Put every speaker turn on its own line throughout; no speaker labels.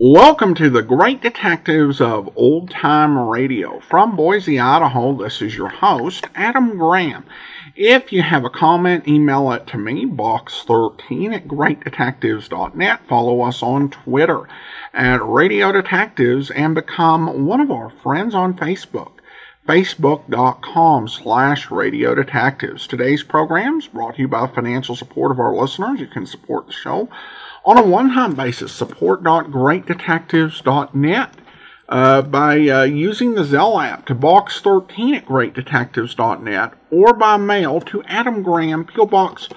Welcome to the Great Detectives of Old Time Radio. From Boise, Idaho, this is your host, Adam Graham. If you have a comment, email it to me, box13 at greatdetectives.net. Follow us on Twitter at Radio Detectives and become one of our friends on Facebook, facebook.com slash radio detectives. Today's program is brought to you by financial support of our listeners. You can support the show on a one-time basis, support.greatdetectives.net uh, by uh, using the Zelle app to box 13 at greatdetectives.net or by mail to Adam Graham, P.O. Box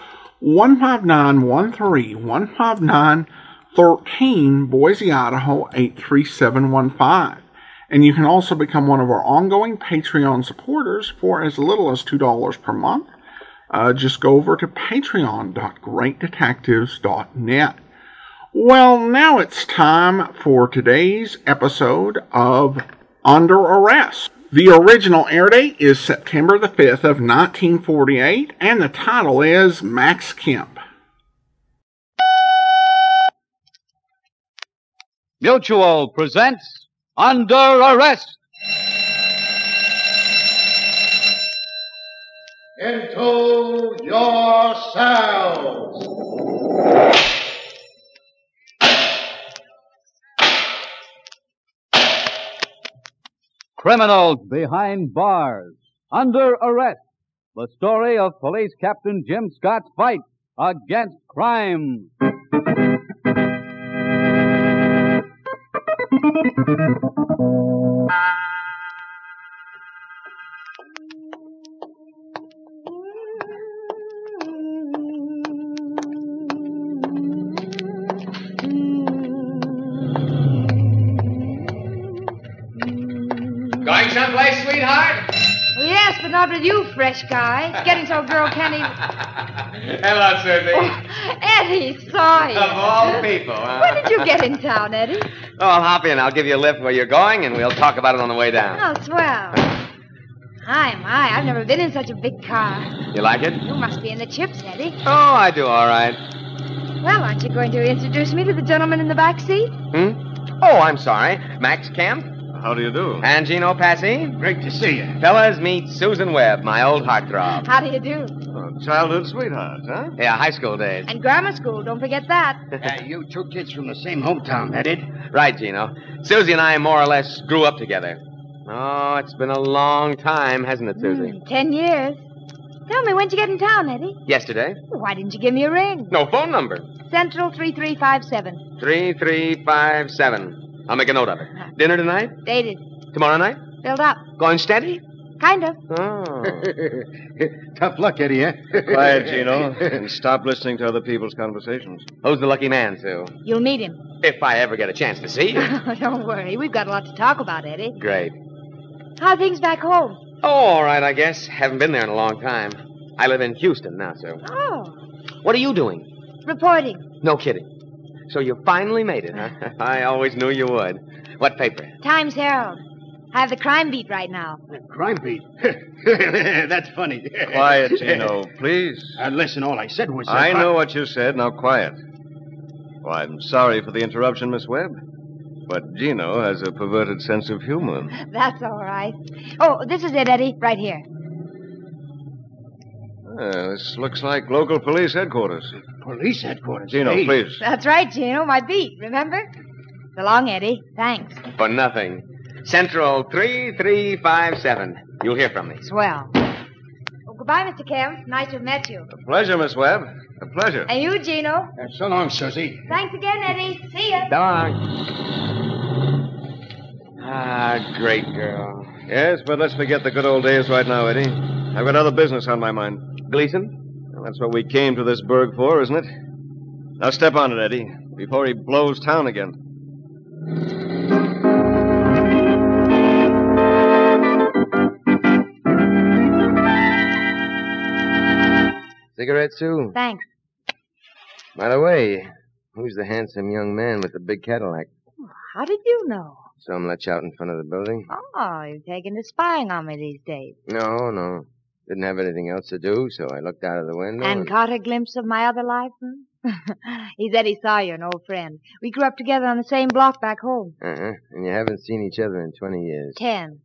15913, 15913, Boise, Idaho 83715. And you can also become one of our ongoing Patreon supporters for as little as $2 per month. Uh, just go over to patreon.greatdetectives.net. Well, now it's time for today's episode of Under Arrest. The original air date is September the 5th of 1948, and the title is Max Kemp.
Mutual presents Under Arrest.
into yourselves.
Criminals behind bars. Under arrest. The story of Police Captain Jim Scott's fight against crime.
Going someplace, sweetheart?
Well, yes, but not with you, fresh guy. It's getting so a girl can't even.
Hello, Sylvie.
Eddie, sorry.
of all people,
When
huh?
did you get in town, Eddie?
Oh, I'll hop in. I'll give you a lift where you're going, and we'll talk about it on the way down.
Oh, swell. Hi, my, I've never been in such a big car.
You like it?
You must be in the chips, Eddie.
Oh, I do all right.
Well, aren't you going to introduce me to the gentleman in the back seat?
Hmm? Oh, I'm sorry. Max Kemp
How do you do?
and Gino Passy.
Great to see you.
Fellas, meet Susan Webb, my old heartthrob.
How do you do?
childhood sweethearts, huh?
Yeah, high school days.
And grammar school, don't forget that.
Yeah, you two kids from the same hometown, that it?
Right, Gino. Susie and I more or less grew up together. Oh, it's been a long time, hasn't it, Susie?
Mm, ten years. Tell me, when'd you get in town, Eddie?
Yesterday?
Why didn't you give me a ring?
No phone number.
Central 3357.
3357. I'll make a note of it. Dinner tonight?
Dated.
Tomorrow night?
Filled up.
Going steady?
Kind of.
Oh.
Tough luck, Eddie, eh?
Quiet, Gino. and stop listening to other people's conversations.
Who's the lucky man, Sue?
You'll meet him.
If I ever get a chance to see you.
don't worry. We've got a lot to talk about, Eddie.
Great.
How are things back home?
Oh, all right, I guess. Haven't been there in a long time. I live in Houston now, Sue.
Oh,
What are you doing?
reporting.
No kidding. So you finally made it, huh? I always knew you would. What paper?
Times Herald. I have the crime beat right now.
Crime beat. That's funny.
Quiet, Gino, please.
Uh, listen, all I said was. uh,
I know what you said. Now, quiet. Well, I'm sorry for the interruption, Miss Webb. But Gino has a perverted sense of humor.
That's all right. Oh, this is it, Eddie, right here.
Ah, this looks like local police headquarters.
Police headquarters.
Gino,
Hey,
please.
That's right, Gino, my beat, remember? So long, Eddie. Thanks.
For nothing. Central 3357. You'll hear from me.
Swell. Well, goodbye, Mr. Kemp. Nice to have met you.
A pleasure, Miss Webb. A pleasure.
And you, Gino.
uh, so long, Susie.
Thanks again, Eddie. See ya.
Dog. Ah, great girl.
Yes, but let's forget the good old days right now, Eddie. I've got other business on my mind.
Gleason?
Well, that's what we came to this burg for, isn't it? Now step on it, Eddie, before he blows town again.
Cigarette, Sue?
Thanks.
By the way, who's the handsome young man with the big Cadillac?
How did you know?
Some lech out in front of the building?
Oh, you've taken to spying on me these days.
No, no. Didn't have anything else to do, so I looked out of the window.
and caught a glimpse of my other life? Hmm? he said he saw you, an old friend. We grew up together on the same block back home.
Uh-uh. And you haven't seen each other in 20 years.
Ten.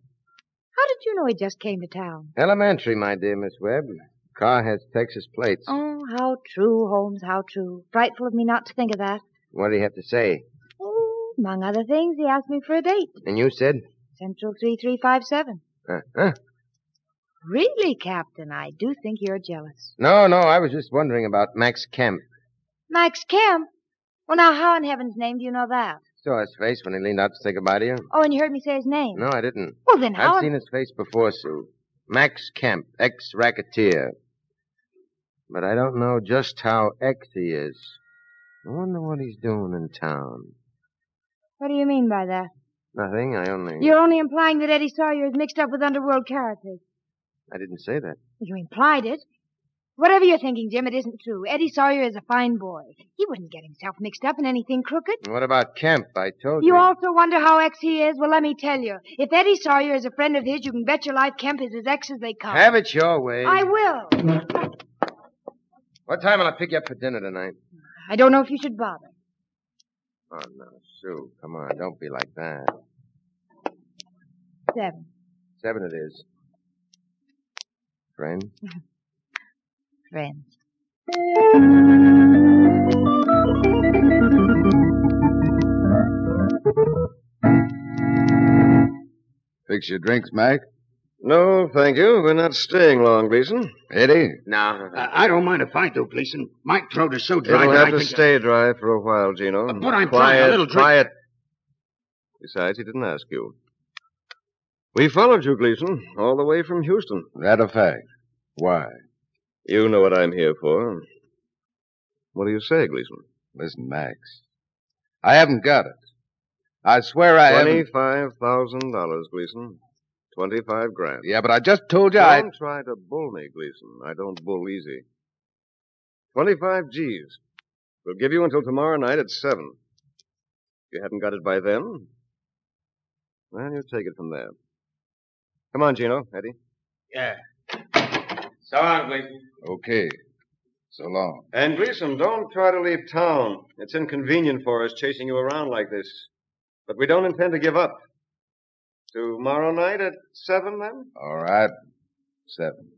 How did you know he just came to town?
Elementary, my dear Miss Webb. Car has Texas plates.
Oh, how true, Holmes, how true. Frightful of me not to think of that.
What do you have to say?
Oh, among other things, he asked me for a date.
And you said?
Central 3357.
Uh-huh.
Really, Captain, I do think you're jealous.
No, no, I was just wondering about Max Kemp.
Max Kemp? Well, now, how in heaven's name do you know that?
Saw his face when he leaned out to say goodbye to you.
Oh, and you heard me say his name.
No, I didn't.
Well, then how...
I've seen his face before, Sue. Max Kemp, ex-racketeer. But I don't know just how ex he is. I wonder what he's doing in town.
What do you mean by that?
Nothing, I only...
You're only implying that Eddie Sawyer is mixed up with underworld characters.
I didn't say that.
You implied it. Whatever you're thinking, Jim, it isn't true. Eddie Sawyer is a fine boy. He wouldn't get himself mixed up in anything crooked.
And what about Kemp? I told you.
You also wonder how ex he is? Well, let me tell you. If Eddie Sawyer is a friend of his, you can bet your life Kemp is as ex as they come.
Have it your way.
I will.
What time will I pick you up for dinner tonight?
I don't know if you should bother.
Oh, no, Sue. Come on, don't be like that.
Seven.
Seven it is. Friend?
Friends.
Fix your drinks, Mac.
No, thank you. We're not staying long, Gleason.
Eddie,
No.
uh, I I don't mind if I do, Gleason. My throat is so dry
It'll
that I
have to
think I-
stay dry for a while, Gino.
But I'm
quiet,
trying a little drink-
quiet. Besides, he didn't ask you. We followed you, Gleason, all the way from Houston.
that a fact. Why?
You know what I'm here for. What do you say, Gleason?
Listen, Max. I haven't got it. I swear I haven't.
Twenty-five thousand dollars, Gleason. Twenty-five grand.
Yeah, but I just told you I.
Don't try to bull me, Gleason. I don't bull easy. Twenty-five G's. We'll give you until tomorrow night at seven. If you haven't got it by then, well, you take it from there. Come on, Gino, Eddie.
So long, Gleason.
Okay. So long.
And Gleason, don't try to leave town. It's inconvenient for us chasing you around like this. But we don't intend to give up. Tomorrow night at seven, then?
All right. Seven.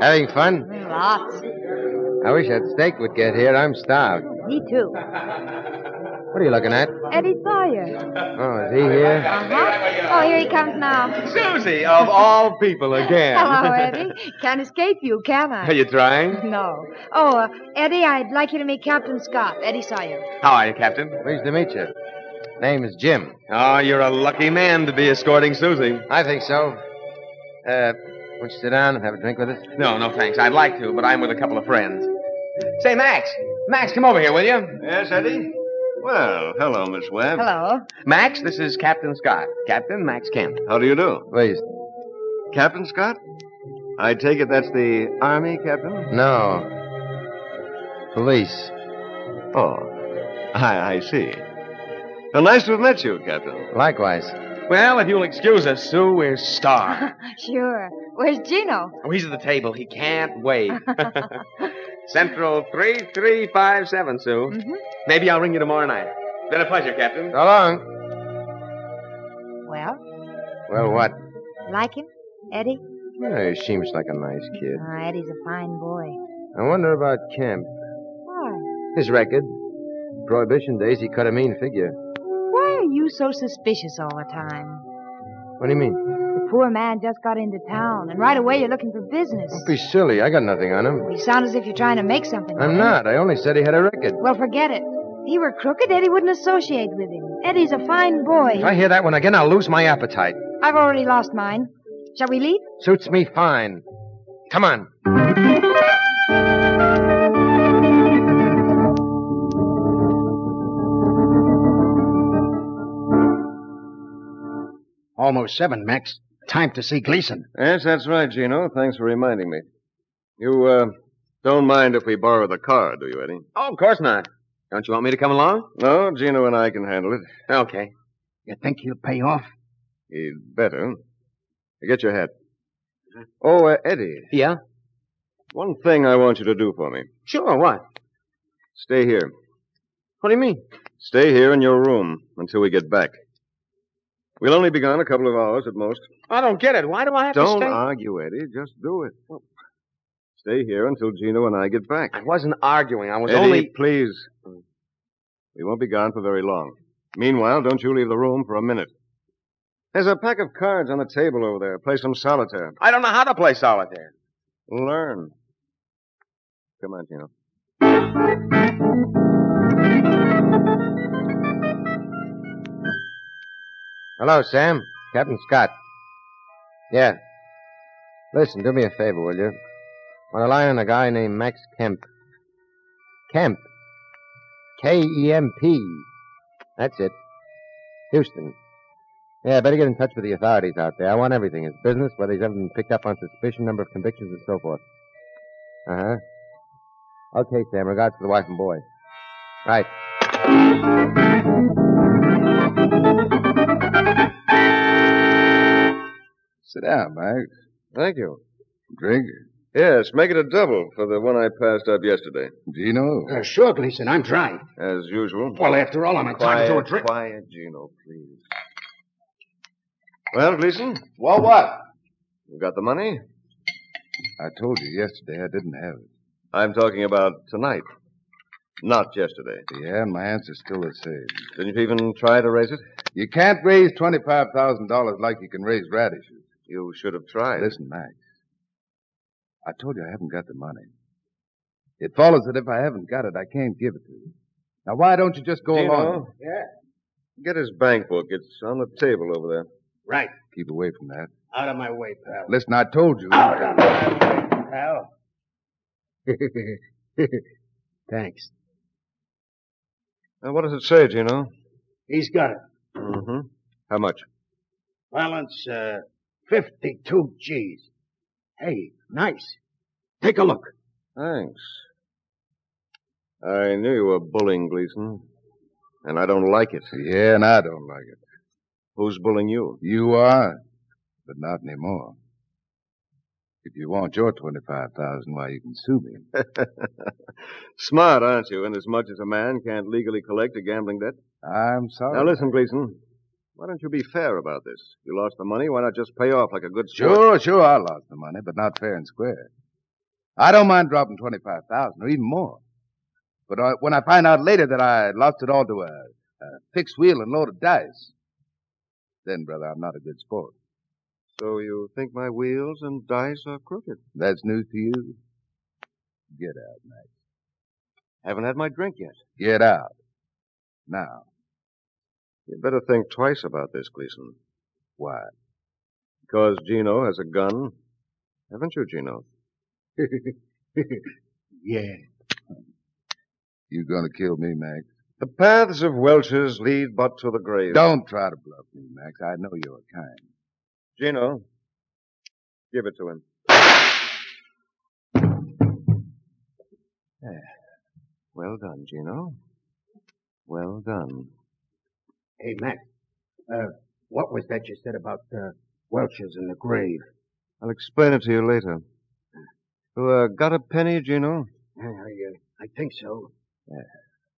Having fun?
Lots.
I wish that steak would get here. I'm starved.
Me too.
What are you looking at?
Eddie Sawyer.
Oh, is he here?
Uh-huh. Oh, here he comes now.
Susie, of all people again.
Hello, Eddie. Can't escape you, can I?
Are you trying?
No. Oh, uh, Eddie, I'd like you to meet Captain Scott. Eddie Sawyer.
How are you, Captain? Pleased to meet you. Name is Jim. Oh, you're a lucky man to be escorting Susie. I think so. Uh, won't you sit down and have a drink with us? No, no, thanks. I'd like to, but I'm with a couple of friends. Say, Max. Max, come over here, will you?
Yes, Eddie? Well, hello, Miss Webb.
Hello.
Max, this is Captain Scott. Captain Max Kemp.
How do you do?
Please.
Captain Scott? I take it that's the Army captain?
No. Police.
Oh, I, I see. Well, nice to have met you, Captain.
Likewise. Well, if you'll excuse us, Sue, we're starved.
Sure. Where's Gino?
Oh, he's at the table. He can't wait. Central 3357, Sue.
Mhm.
Maybe I'll ring you tomorrow night. Been a pleasure, Captain. So long.
Well,
Well, what?
like him? Eddie?
Yeah, he seems like a nice kid.
Ah, Eddie's a fine boy.
I wonder about Kemp.
Why?
His record. Prohibition days, he cut a mean figure.
Why are you so suspicious all the time?
What do you mean?
The poor man just got into town, and right away you're looking for business.
Don't be silly. I got nothing on him.
You sound as if you're trying to make something. of
I'm
him.
not. I only said he had a record.
Well, forget it. If he were crooked, Eddie wouldn't associate with him. Eddie's a fine boy.
If I hear that one again, I'll lose my appetite.
I've already lost mine. Shall we leave?
Suits me fine. Come on.
Almost seven, Max. Time to see Gleason.
Yes, that's right, Gino. Thanks for reminding me. You, uh, don't mind if we borrow the car, do you, Eddie?
Oh, of course not.
Oh,
Don't you want me to come along?
No, Gino and I can handle it.
Okay.
You think he'll pay off?
He'd better. Get your hat. Oh, uh, Eddie.
Yeah?
One thing I want you to do for me.
Sure, what?
Stay here.
What do you mean?
Stay here in your room until we get back. We'll only be gone a couple of hours at most.
I don't get it. Why do I have
Don't
to stay?
argue, Eddie. Just do it. Stay here until Gino and I get back.
I wasn't arguing. I was
Eddie,
only.
please. We won't be gone for very long. Meanwhile, don't you leave the room for a minute. There's a pack of cards on the table over there. Play some solitaire.
I don't know how to play solitaire.
Learn. Come on, Gino.
Hello, Sam. Captain Scott. Yeah. Listen, do me a favor, will you? I'm relying on a guy named Max Kemp. Kemp. K E M P. That's it. Houston. Yeah, better get in touch with the authorities out there. I want everything his business, whether he's ever been picked up on suspicion, number of convictions, and so forth. Uh huh. Okay, Sam. Regards to the wife and boy. Right.
Sit down, Max. Thank you. Drink? Yes, make it a double for the one I passed up yesterday.
Gino.
Uh, sure, Gleason, I'm dry.
As usual.
Well, after all, I'm entitled to a
quiet,
drink.
quiet, Gino, please. Well, Gleason,
Well, what?
you got the money?
I told you yesterday I didn't have it.
I'm talking about tonight. Not yesterday.
Yeah, and my answer's still the same.
Didn't you even try to raise it?
You can't raise twenty-five thousand dollars like you can raise radishes.
You should have tried.
Listen, Max. I told you I haven't got the money. It follows that if I haven't got it, I can't give it to you. Now, why don't you just go
Gino,
along?
Yeah.
Get his bank book. It's on the table over there.
Right.
Keep away from that.
Out of my way, pal.
Listen, I told you.
Out of my way,
Oh,
pal. Thanks.
Now, what does it say, Gino?
He's got it.
Mm-hmm. How much?
Balance, uh, 52 G's. Hey, nice. Take a look.
Thanks. I knew you were bullying Gleason, and I don't like it.
Yeah, and I don't like it.
Who's bullying you?
You are, but not anymore. If you want your twenty-five thousand, why you can sue me.
Smart, aren't you? Inasmuch as a man can't legally collect a gambling debt.
I'm sorry.
Now listen, Gleason. Why don't you be fair about this? You lost the money. Why not just pay off like a good sport?
Sure, sure, I lost the money, but not fair and square. I don't mind dropping twenty-five thousand or even more, but I, when I find out later that I lost it all to a, a fixed wheel and load of dice, then, brother, I'm not a good sport.
So you think my wheels and dice are crooked?
That's news to you. Get out, Max.
Haven't had my drink yet.
Get out now.
You'd better think twice about this, Gleason.
Why?
Because Gino has a gun. Haven't you, Gino?
Yeah.
You gonna kill me, Max?
The paths of Welchers lead but to the grave.
Don't try to bluff me, Max. I know you're kind.
Gino, give it to him. There. Well done, Gino. Well done.
Hey, Mac. Uh, what was that you said about, uh, Welch's in the grave?
I'll explain it to you later. You uh, got a penny, Gino?
Yeah, I, uh, I think so.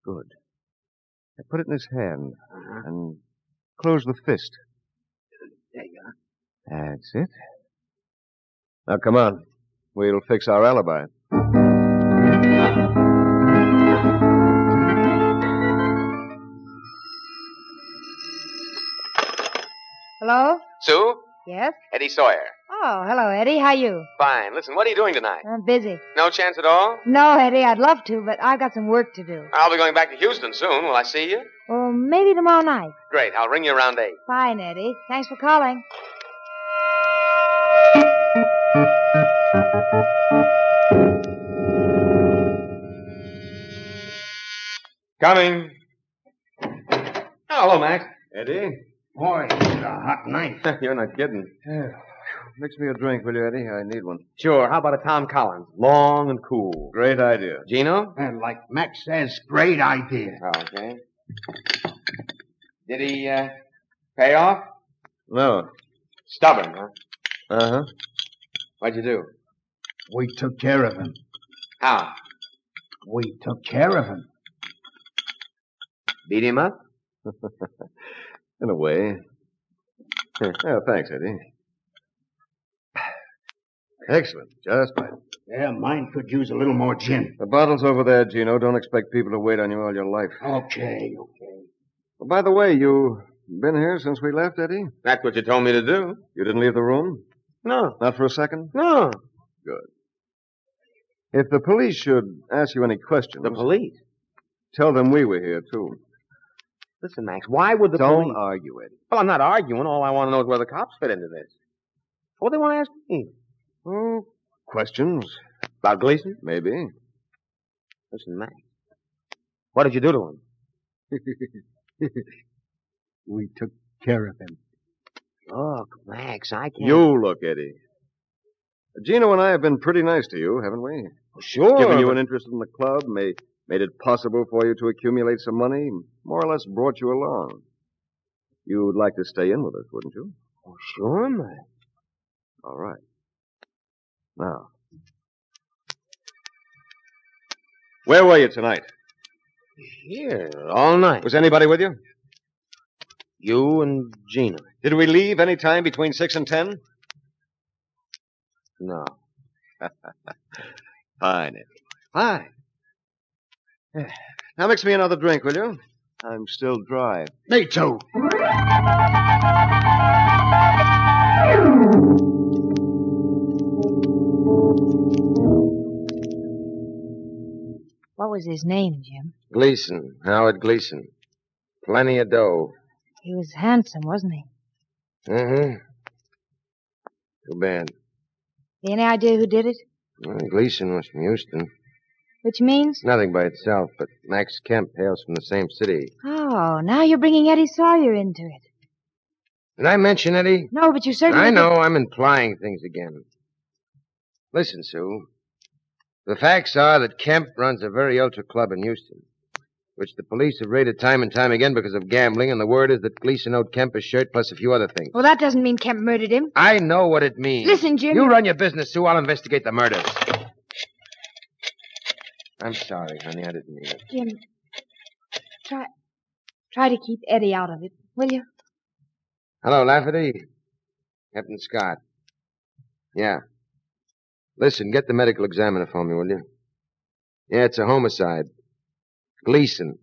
Good. I put it in his hand
Uh-huh.
and close the fist.
There you are.
That's it. Now come on. We'll fix our alibi.
Hello?
Sue?
Yes?
Eddie Sawyer.
Oh, hello, Eddie. How you?
Fine. Listen, what are you doing tonight?
I'm busy.
No chance at all?
No, Eddie, I'd love to, but I've got some work to do.
I'll be going back to Houston soon. Will I see you?
Well, maybe tomorrow night.
Great. I'll ring you around eight.
Fine, Eddie. Thanks for calling.
Coming. Hello, Max.
Eddie?
Boy, it's a hot night.
You're not kidding. Mix me a drink, will you, Eddie? I need one.
Sure. How about a Tom Collins? Long and cool.
Great idea.
Gino?
And like Max says, great idea.
Okay. Did he uh, pay off?
No.
Stubborn, huh?
Uh huh.
What'd you do?
We took care of him.
How?
We took care of him.
Beat him up?
In a way. yeah, thanks, Eddie. Excellent. Just fine.
Yeah, mine could use a little more gin.
The bottle's over there, Gino. Don't expect people to wait on you all your life.
Okay, okay.
Well, by the way, you been here since we left, Eddie?
That's what you told me to do.
You didn't leave the room?
No.
Not for a second?
No.
If the police should ask you any questions,
The police.
tell them we were here, too.
Listen, Max, why would the
Don't
police...
argue, Eddie.
Well, I'm not arguing. All I want to know is where the cops fit into this. What do they want to ask me?
Oh, questions?
About Gleason?
Maybe.
Listen, Max. What did you do to him?
We took care of him.
Look, Max, I can't.
You look, Eddie. Gino and I have been pretty nice to you, haven't we?
sure.
Given you
but-
an interest in the club, made, made it possible for you to accumulate some money, more or less brought you along. You'd like to stay in with us, wouldn't you?
Oh, sure, Max.
All right. Now. Where were you tonight?
Here, all night.
Was anybody with you?
You and Gina.
Did we leave any time between six and ten?
No.
Fine, Eddie. Fine. Now mix me another drink, will you? I'm still dry.
Me too.
What was his name, Jim?
Gleason, Howard Gleason. Plenty of dough.
He was handsome, wasn't he?
Mm-hmm. Too bad.
Any idea who did it?
Well, Gleason was from Houston.
Which means?
Nothing by itself, but Max Kemp hails from the same city.
Oh, now you're bringing Eddie Sawyer into it.
Did I mention Eddie?
No, but you certainly.
I know I'm implying things again. Listen, Sue. The facts are that Kemp runs a very ultra club in Houston, which the police have raided time and time again because of gambling, and the word is that Gleason owed Kemp a shirt plus a few other things.
Well, that doesn't mean Kemp murdered him.
I know what it means.
Oh. Listen, Jim.
You run your business, Sue. I'll investigate the murders. I'm sorry, honey. I didn't mean it.
Jim, try, try to keep Eddie out of it, will you?
Hello, Lafferty. Captain Scott. Yeah. Listen, get the medical examiner for me, will you? Yeah, it's a homicide. Gleason.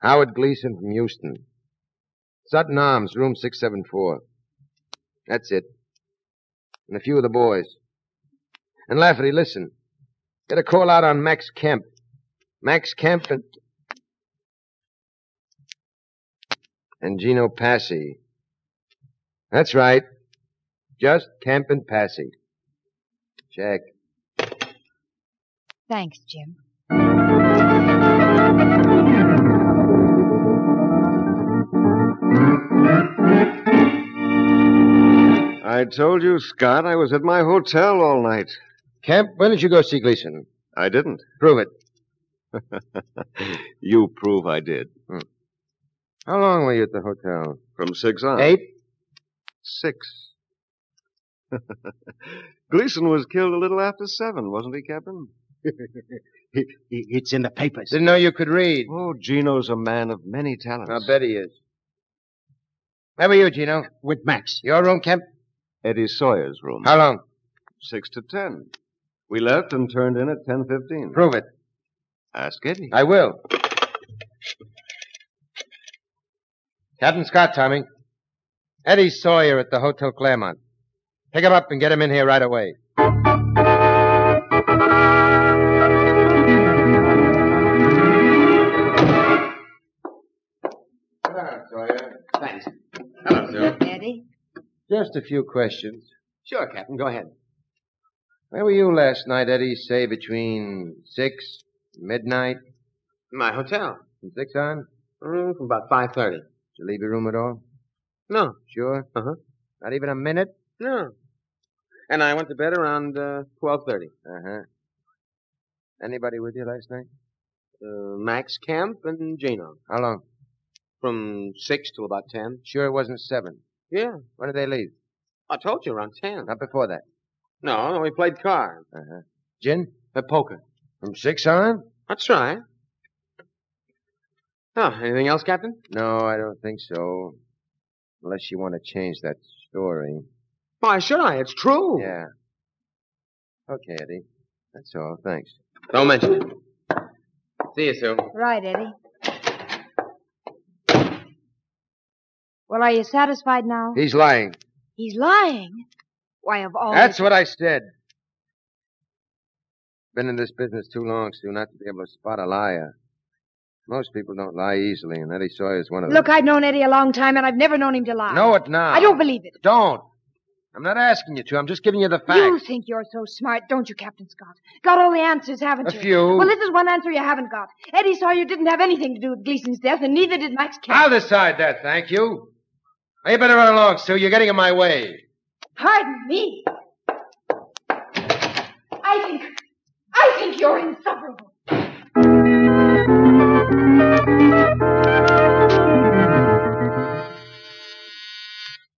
Howard Gleason from Houston. Sutton Arms, room 674. That's it. And a few of the boys. And Lafferty, listen. Get a call out on Max Kemp. Max Kemp and. And Gino Passy. That's right. Just Kemp and Passy. Check.
Thanks, Jim.
I told you, Scott, I was at my hotel all night.
Kemp, when did you go see Gleason?
I didn't.
Prove it.
You prove I did. Hmm.
How long were you at the hotel?
From six on.
Eight?
Six. Gleason was killed a little after seven, wasn't he, Captain?
It, it- it's in the papers.
Didn't know you could read.
Oh, Gino's a man of many talents.
I bet he is. Where were you, Gino?
With Max.
Your room, Kemp?
Eddie Sawyer's room.
How long?
Six to ten. We left and turned in at ten fifteen.
Prove it.
Ask Eddie.
I will. Captain Scott, Tommy. Eddie Sawyer at the Hotel Claremont. Pick him up and get him in here right away. Sawyer.
Thanks.
Hello, sir.
Eddie?
Just a few questions.
Sure, Captain. Go ahead.
Where were you last night, Eddie? Say between six, midnight,
My hotel.
and six on?
A room from about 5.30.
Did you leave your room at all?
No.
Sure.
Uh-huh.
Not even a minute?
No. And I went to bed around uh, 12.30.
Uh huh. Anybody with you last night?
Uh, Max Kemp and Gino.
How long?
From 6 till about 10.
Sure, it wasn't seven. Yeah.
When did they leave?
I told you around 10.
Not before that.
No, no, we played cards.
Uh-huh. Gin?
Uh, poker.
From six on?
That's right. Oh, anything else, Captain?
No, I don't think so. Unless you want to change that story.
Why should I? It's true.
Yeah. Okay, Eddie. That's all. Thanks.
Don't mention it. See you, Sue.
Right, Eddie. Well, are you satisfied now?
He's lying.
He's lying. Why, of all.
That's what I said. Been in this business too long, Sue, not to be able to spot a liar. Most people don't lie easily, and Eddie Sawyer's one of them.
Look, I've known Eddie a long time, and I've never known him to lie.
Know it now.
I don't believe it.
Don't. I'm not asking you to. I'm just giving you the facts.
You think you're so smart, don't you, Captain Scott? Got all the answers, haven't
A
you?
few.
Well, this is one answer you haven't got. Eddie Sawyer didn't have anything to do with Gleason's death, and neither did Max Kemp.
I'll decide that, thank you. Now, you better run along, Sue. You're getting in my way.
Pardon me. I think, I think you're insufferable.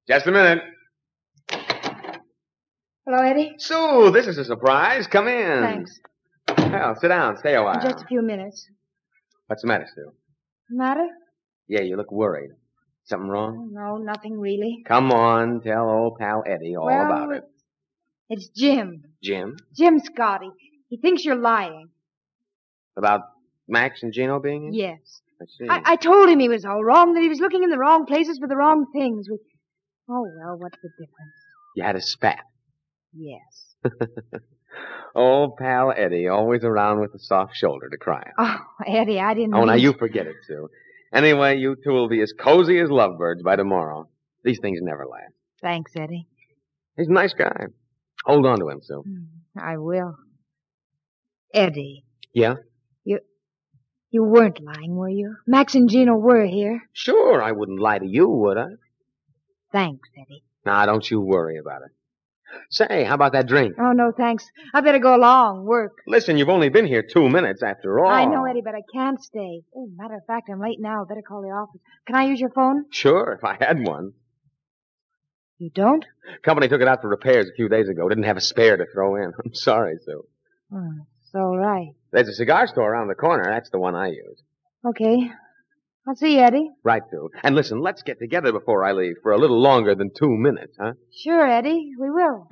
Just a minute.
Hello, Eddie.
Sue, this is a surprise. Come
Hmm.
in.
Thanks.
Well, sit down. Stay a while.
Just a few minutes.
What's the matter, Sue?
Matter?
Yeah, you look worried. Something wrong?
No, nothing really.
Come on, tell old pal Eddie all
well,
about it.
It's Jim.
Jim?
Jim Scotty. He thinks you're lying.
About Max and Gino being
Hmm.
in?
Yes.
I see.
I, I told him he was all wrong, that he was looking in the wrong places for the wrong things. We... Oh, well, what's the difference?
You had a spat.
Yes.
Old pal Eddie, always around with a soft shoulder to cry
Oh,
on.
Eddie, I didn't.
Oh, now
mean-
you forget it, Sue. Anyway, you two will be as cozy as lovebirds by tomorrow. These things never last.
Thanks, Eddie.
He's a nice guy. Hold on to him, Sue.
Hmm, I will. Eddie,
Yeah?
you weren't lying, were you? Max and Gino were here.
Sure, I wouldn't lie to you, would I?
Thanks, Eddie.
Now, don't you worry about it. Say, how about that drink?
Oh, no, thanks. I better go along, work.
Listen, you've only been here two minutes after all.
I know, Eddie, but I can't stay. Oh, matter of fact, I'm late now. Better call the office. Can I use your phone?
Sure, if I had one.
You don't?
Company took it out for repairs a few days ago. Didn't have a spare to throw in. I'm sorry, Sue.
Oh, it's all right.
There's a cigar store around the corner. That's the one I use.
Okay. I'll see you, Eddie.
Right, Sue. And listen, let's get together before I leave for a little longer than two minutes, huh?
Sure, Eddie, we will.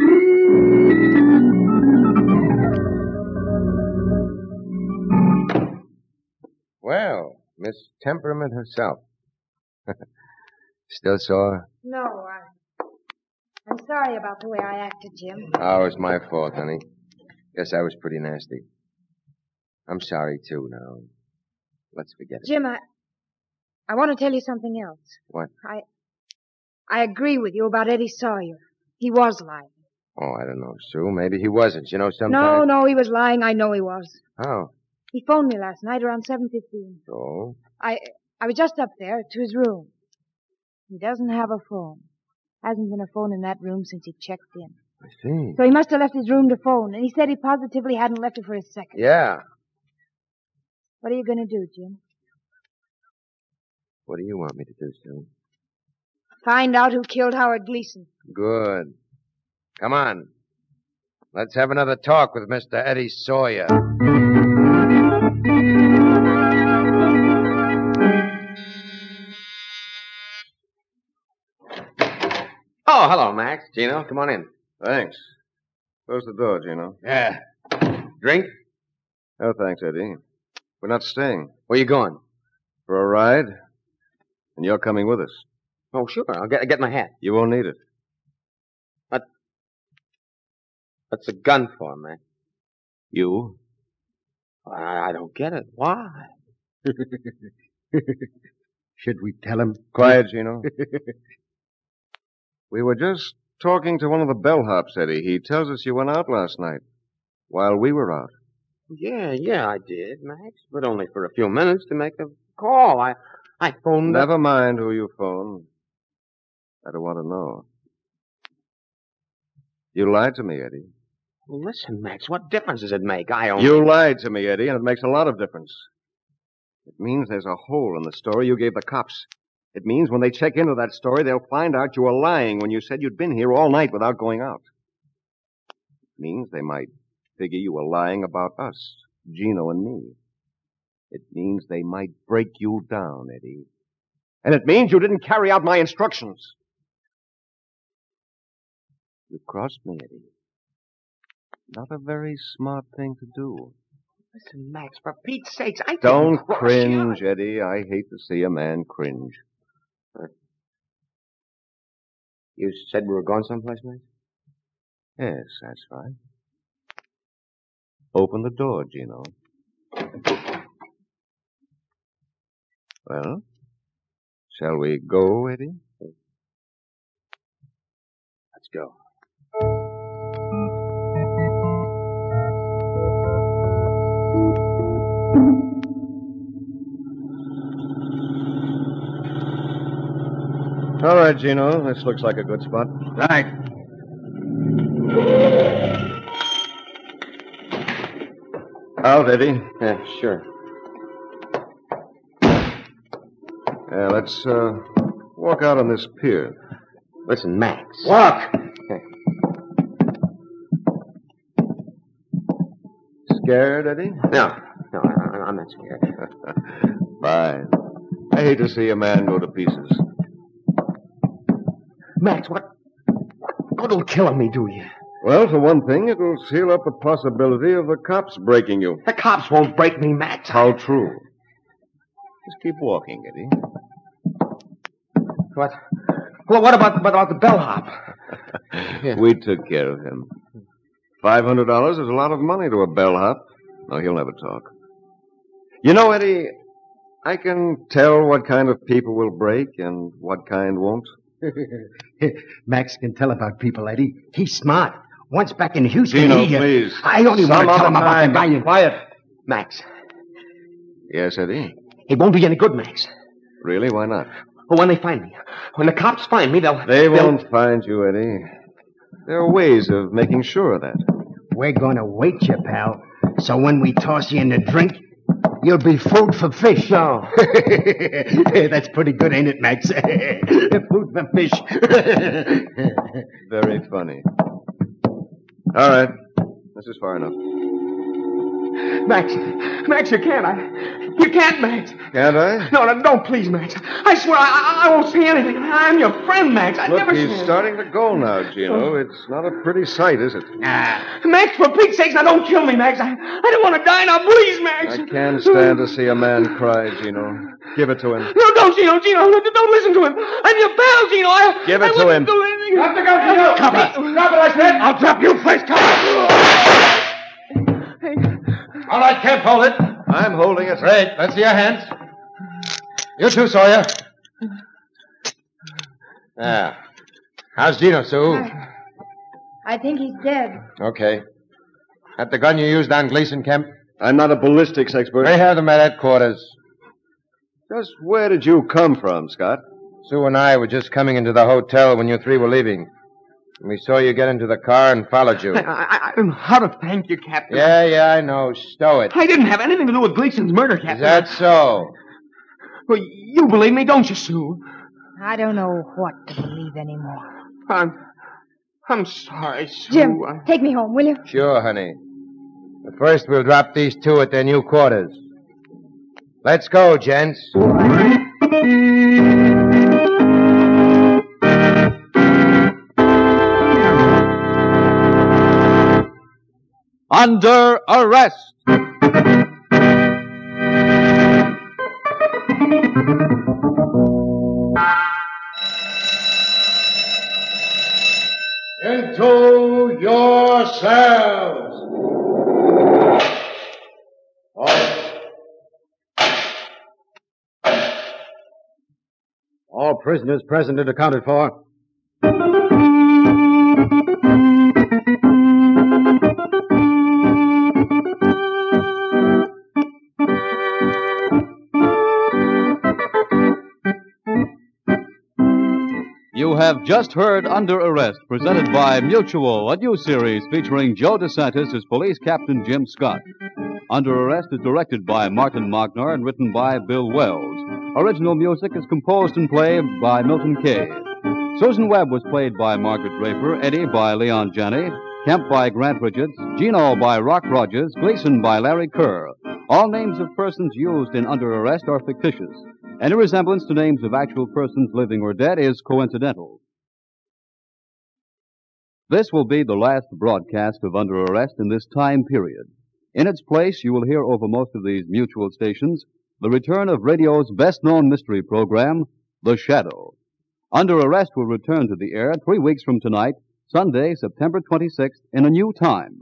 Well, Miss Temperament herself. Still sore?
No, I, I'm sorry about the way I acted, Jim.
Oh, it's my fault, honey. Guess I was pretty nasty. I'm sorry, too, now. Let's forget it.
Jim, I, I want to tell you something else.
What?
I, I agree with you about Eddie Sawyer. He was lying.
Oh, I don't know, Sue. Maybe he wasn't. You know,
No,
sometimes...
no, he was lying. I know he was.
Oh.
He phoned me last night around 7.15.
Oh?
I, I was just up there to his room. He doesn't have a phone. Hasn't been a phone in that room since he checked in.
I see.
So he must have left his room to phone, and he said he positively hadn't left it for a second.
Yeah.
What are you going to do, Jim?
What do you want me to do, Sue?
Find out who killed Howard Gleason.
Good. Come on. Let's have another talk with Mr. Eddie Sawyer.
Oh, hello, Max. Gino, come on in.
Thanks. Close the door, Gino.
Yeah.
Drink?
Oh, thanks, Eddie. We're not staying.
Where you going?
For a ride? And you're coming with us.
Oh, sure. I'll get, get my hat.
You won't need it.
What's a gun for, Max? You? I, I don't get it. Why?
Should we tell him?
Quiet, Gino. we were just talking to one of the bellhops, Eddie. He tells us you went out last night. While we were out.
Yeah, yeah, I did, Max, but only for a few minutes to make the call. I, I phoned up.
Never mind who you phoned. I don't want to know. You lied to me, Eddie.
Listen, Max, what difference does it make? I only.
You lied to me, Eddie, and it makes a lot of difference. It means there's a hole in the story you gave the cops. It means when they check into that story, they'll find out you were lying when you said you'd been here all night without going out. It means they might figure you were lying about us, Gino and me. It means they might break you down, Eddie. And it means you didn't carry out my instructions. You crossed me, Eddie. Not a very smart thing to do.
Listen, Max, for Pete's sakes, I
Don't
think-
cringe, Eddie. I hate to see a man cringe.
You said we were going someplace, Max?
Yes, that's right. Open the door, Gino. Well, shall we go, Eddie? Let's go. All right, Gino. This looks like a good spot. Right. Out, Eddie. Yeah, sure. Yeah, let's uh, walk out on this pier. Listen, Max. Walk! Scared, Eddie? No, no, I'm not scared. Fine. I hate to see a man go to pieces.
Max, what? What will kill me, do you?
Well, for one thing, it'll seal up the possibility of the cops breaking you.
The cops won't break me, Max.
How true. Just keep walking, Eddie.
What? Well, what about, about the bellhop?
We took care of him. Five hundred dollars is a lot of money to a bellhop. No, he'll never talk. You know, Eddie, I can tell what kind of people will break and what kind won't.
Max can tell about people, Eddie. He's smart. Once back in Houston,
Gino,
he, uh,
please.
I only want
Some
to
other
tell him about the
time.
Ryan. Quiet, Max.
Yes, Eddie.
It won't be any good, Max.
Really? Why not?
When they find me, when the cops find me, they'll
They
they'll-
won't find you, Eddie. There are ways of making sure of that.
We're going to wait you, pal. So when we toss you in the drink, you'll be food for fish. No. That's pretty good, ain't it, Max? food for fish.
Very funny. All right. This is far enough.
Max, Max, you can't. I, you can't, Max.
Can't I?
No, no, don't please, Max. I swear, I, I won't say anything. I'm your friend, Max. I
Look,
never
he's
say-
starting to go now, Gino. It's not a pretty sight, is it?
Ah. Max, for Pete's sakes, now don't kill me, Max. I, I don't want to die now. Please, Max.
I can't stand to see a man cry, Gino. Give it to him.
No, don't, Gino, Gino. Don't, don't listen to him. I'm your pal, Gino. I,
Give
I
it to
wouldn't
him.
do anything. Drop the gun, Gino. Cover. Drop it, I said. I'll drop you first. Cover.
All right, Kemp, hold it.
I'm holding it.
Great. Let's see your hands. You too, Sawyer.
Ah.
Yeah. How's Gino, Sue?
I, I think he's dead.
Okay. That the gun you used on Gleason, Kemp?
I'm not a ballistics expert.
We have them at headquarters.
Just where did you come from, Scott?
Sue and I were just coming into the hotel when you three were leaving. And we saw you get into the car and followed you.
I, I, I don't know how to thank you, Captain.
Yeah, yeah, I know. Stow it.
I didn't have anything to do with Gleason's murder,
Is
Captain.
that so?
Well, you believe me, don't you, Sue?
I don't know what to believe anymore.
I'm, I'm sorry, Sue.
Jim,
I-
take me home, will you?
Sure, honey. But first, we'll drop these two at their new quarters. Let's go, gents.
Under arrest.
into yourselves. All right.
All prisoners present and accounted for.
You have just heard Under Arrest, presented by Mutual, a new series featuring Joe DeSantis as police captain Jim Scott. Under Arrest is directed by Martin Mognar and written by Bill Wells. Original music is composed and played by Milton Kay. Susan Webb was played by Margaret Draper, Eddie by Leon Janney, Kemp by Grant Richards, Gino by Rock Rogers, Gleason by Larry Kerr. All names of persons used in Under Arrest are fictitious. Any resemblance to names of actual persons living or dead is coincidental. This will be the last broadcast of Under Arrest in this time period. In its place, you will hear over most of these mutual stations the return of radio's best known mystery program, The Shadow. Under Arrest will return to the air three weeks from tonight, Sunday, September 26th, in a new time.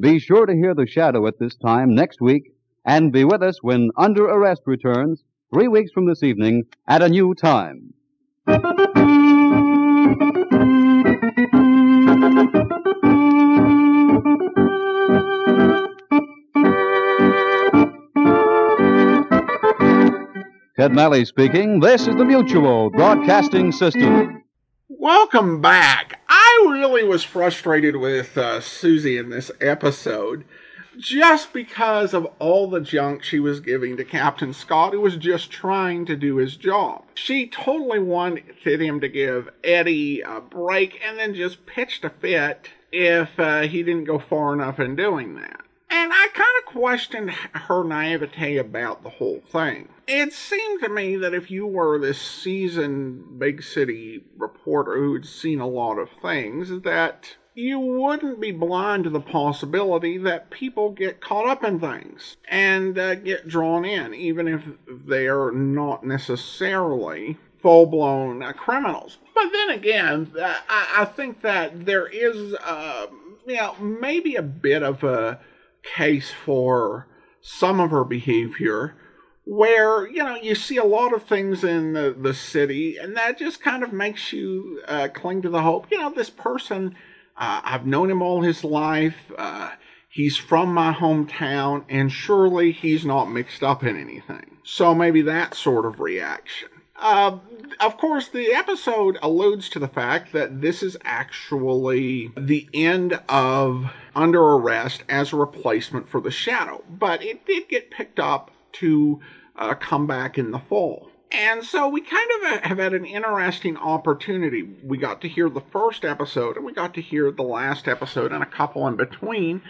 Be sure to hear The Shadow at this time next week and be with us when Under Arrest returns three weeks from this evening at a new time. Ted Malley speaking. This is the Mutual Broadcasting System.
Welcome back. I really was frustrated with uh, Susie in this episode just because of all the junk she was giving to Captain Scott, who was just trying to do his job. She totally wanted him to give Eddie a break and then just pitched a fit if uh, he didn't go far enough in doing that. And I kind of questioned her naivete about the whole thing. It seemed to me that if you were this seasoned big city reporter who'd seen a lot of things, that you wouldn't be blind to the possibility that people get caught up in things and uh, get drawn in, even if they're not necessarily full blown uh, criminals. But then again, uh, I, I think that there is, uh, you know, maybe a bit of a case for some of her behavior where you know you see a lot of things in the, the city and that just kind of makes you uh, cling to the hope you know this person uh, i've known him all his life uh, he's from my hometown and surely he's not mixed up in anything so maybe that sort of reaction uh, of course, the episode alludes to the fact that this is actually the end of Under Arrest as a replacement for The Shadow, but it did get picked up to uh, come back in the fall. And so we kind of uh, have had an interesting opportunity. We got to hear the first episode and we got to hear the last episode and a couple in between,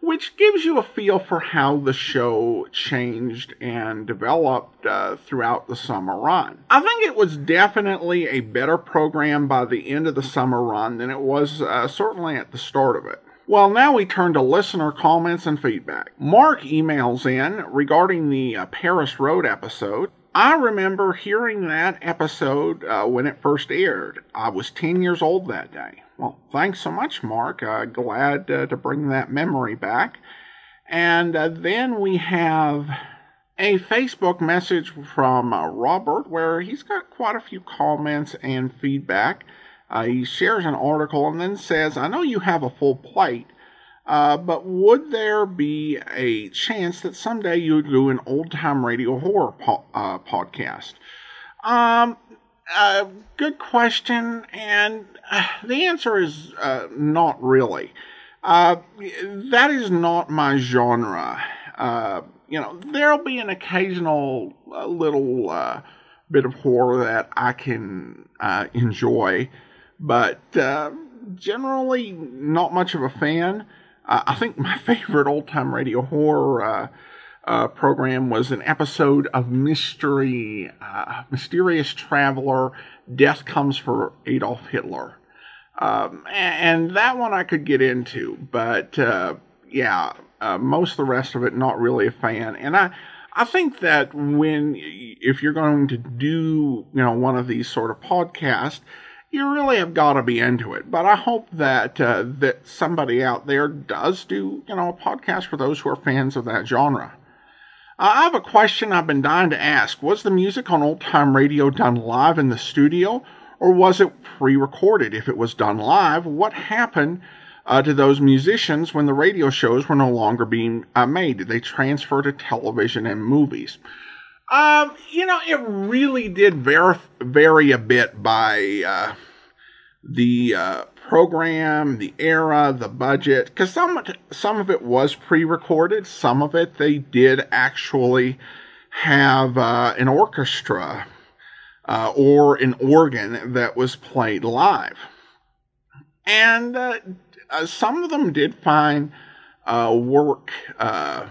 which gives you a feel for how the show changed and developed uh, throughout the summer run. I think it was definitely a better program by the end of the summer run than it was uh, certainly at the start of it. Well, now we turn to listener comments and feedback. Mark emails in regarding the uh, Paris Road episode. I remember hearing that episode uh, when it first aired. I was 10 years old that day. Well, thanks so much, Mark. Uh, glad uh, to bring that memory back. And uh, then we have a Facebook message from uh, Robert where he's got quite a few comments and feedback. Uh, he shares an article and then says, I know you have a full plate, uh, but would there be a chance that someday you would do an old time radio horror po- uh, podcast? Um, uh, good question, and uh, the answer is uh, not really. Uh, that is not my genre. Uh, you know, there'll be an occasional uh, little uh, bit of horror that I can uh, enjoy, but uh, generally not much of a fan. Uh, I think my favorite old time radio horror uh, uh, program was an episode of Mystery, uh, Mysterious Traveler, Death Comes for Adolf Hitler. Um, a- and, that one I could get into, but uh, yeah, uh, most of the rest of it, not really a fan. And I, I think that when, if you're going to do, you know, one of these sort of podcasts, you really have got to be into it. But I hope that uh, that somebody out there does do you know a podcast for those who are fans of that genre. Uh, I have a question I've been dying to ask: Was the music on old time radio done live in the studio, or was it pre-recorded? If it was done live, what happened? Uh, to those musicians when the radio shows were no longer being uh, made? Did they transfer to television and movies? Um, you know, it really did vary, vary a bit by uh, the uh, program, the era, the budget, because some some of it was pre-recorded, some of it they did actually have uh, an orchestra uh, or an organ that was played live. And uh, uh, some of them did find uh, work uh,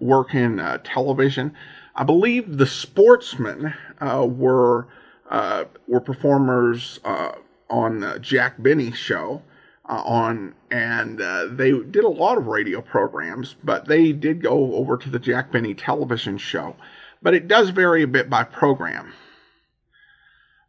work in uh, television. I believe the sportsmen uh, were uh, were performers uh, on uh, Jack Benny's show uh, on, and uh, they did a lot of radio programs, but they did go over to the Jack Benny television show. But it does vary a bit by program.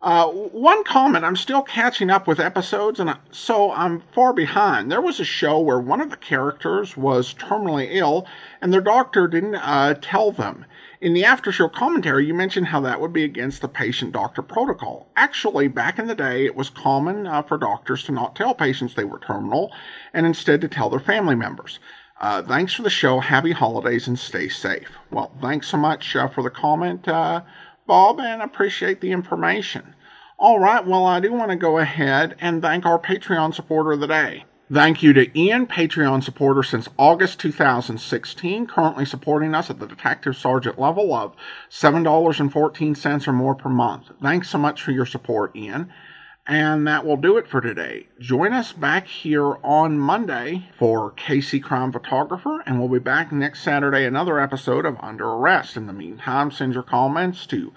Uh, one comment, I'm still catching up with episodes, and I, so I'm far behind. There was a show where one of the characters was terminally ill, and their doctor didn't uh, tell them. In the after show commentary, you mentioned how that would be against the patient doctor protocol. Actually, back in the day, it was common uh, for doctors to not tell patients they were terminal and instead to tell their family members. Uh, thanks for the show. Happy holidays and stay safe. Well, thanks so much uh, for the comment, uh, Bob, and appreciate the information. All right, well, I do want to go ahead and thank our Patreon supporter of the day. Thank you to Ian, Patreon supporter since August 2016, currently supporting us at the Detective Sergeant level of $7.14 or more per month. Thanks so much for your support, Ian. And that will do it for today. Join us back here on Monday for Casey Crime Photographer, and we'll be back next Saturday, another episode of Under Arrest. In the meantime, send your comments to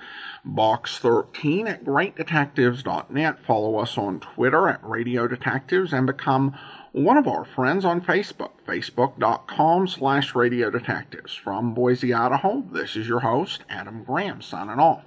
box13 at greatdetectives.net. Follow us on Twitter at Radio Detectives and become one of our friends on Facebook, facebook.com slash radio detectives. From Boise, Idaho, this is your host, Adam Graham, signing off.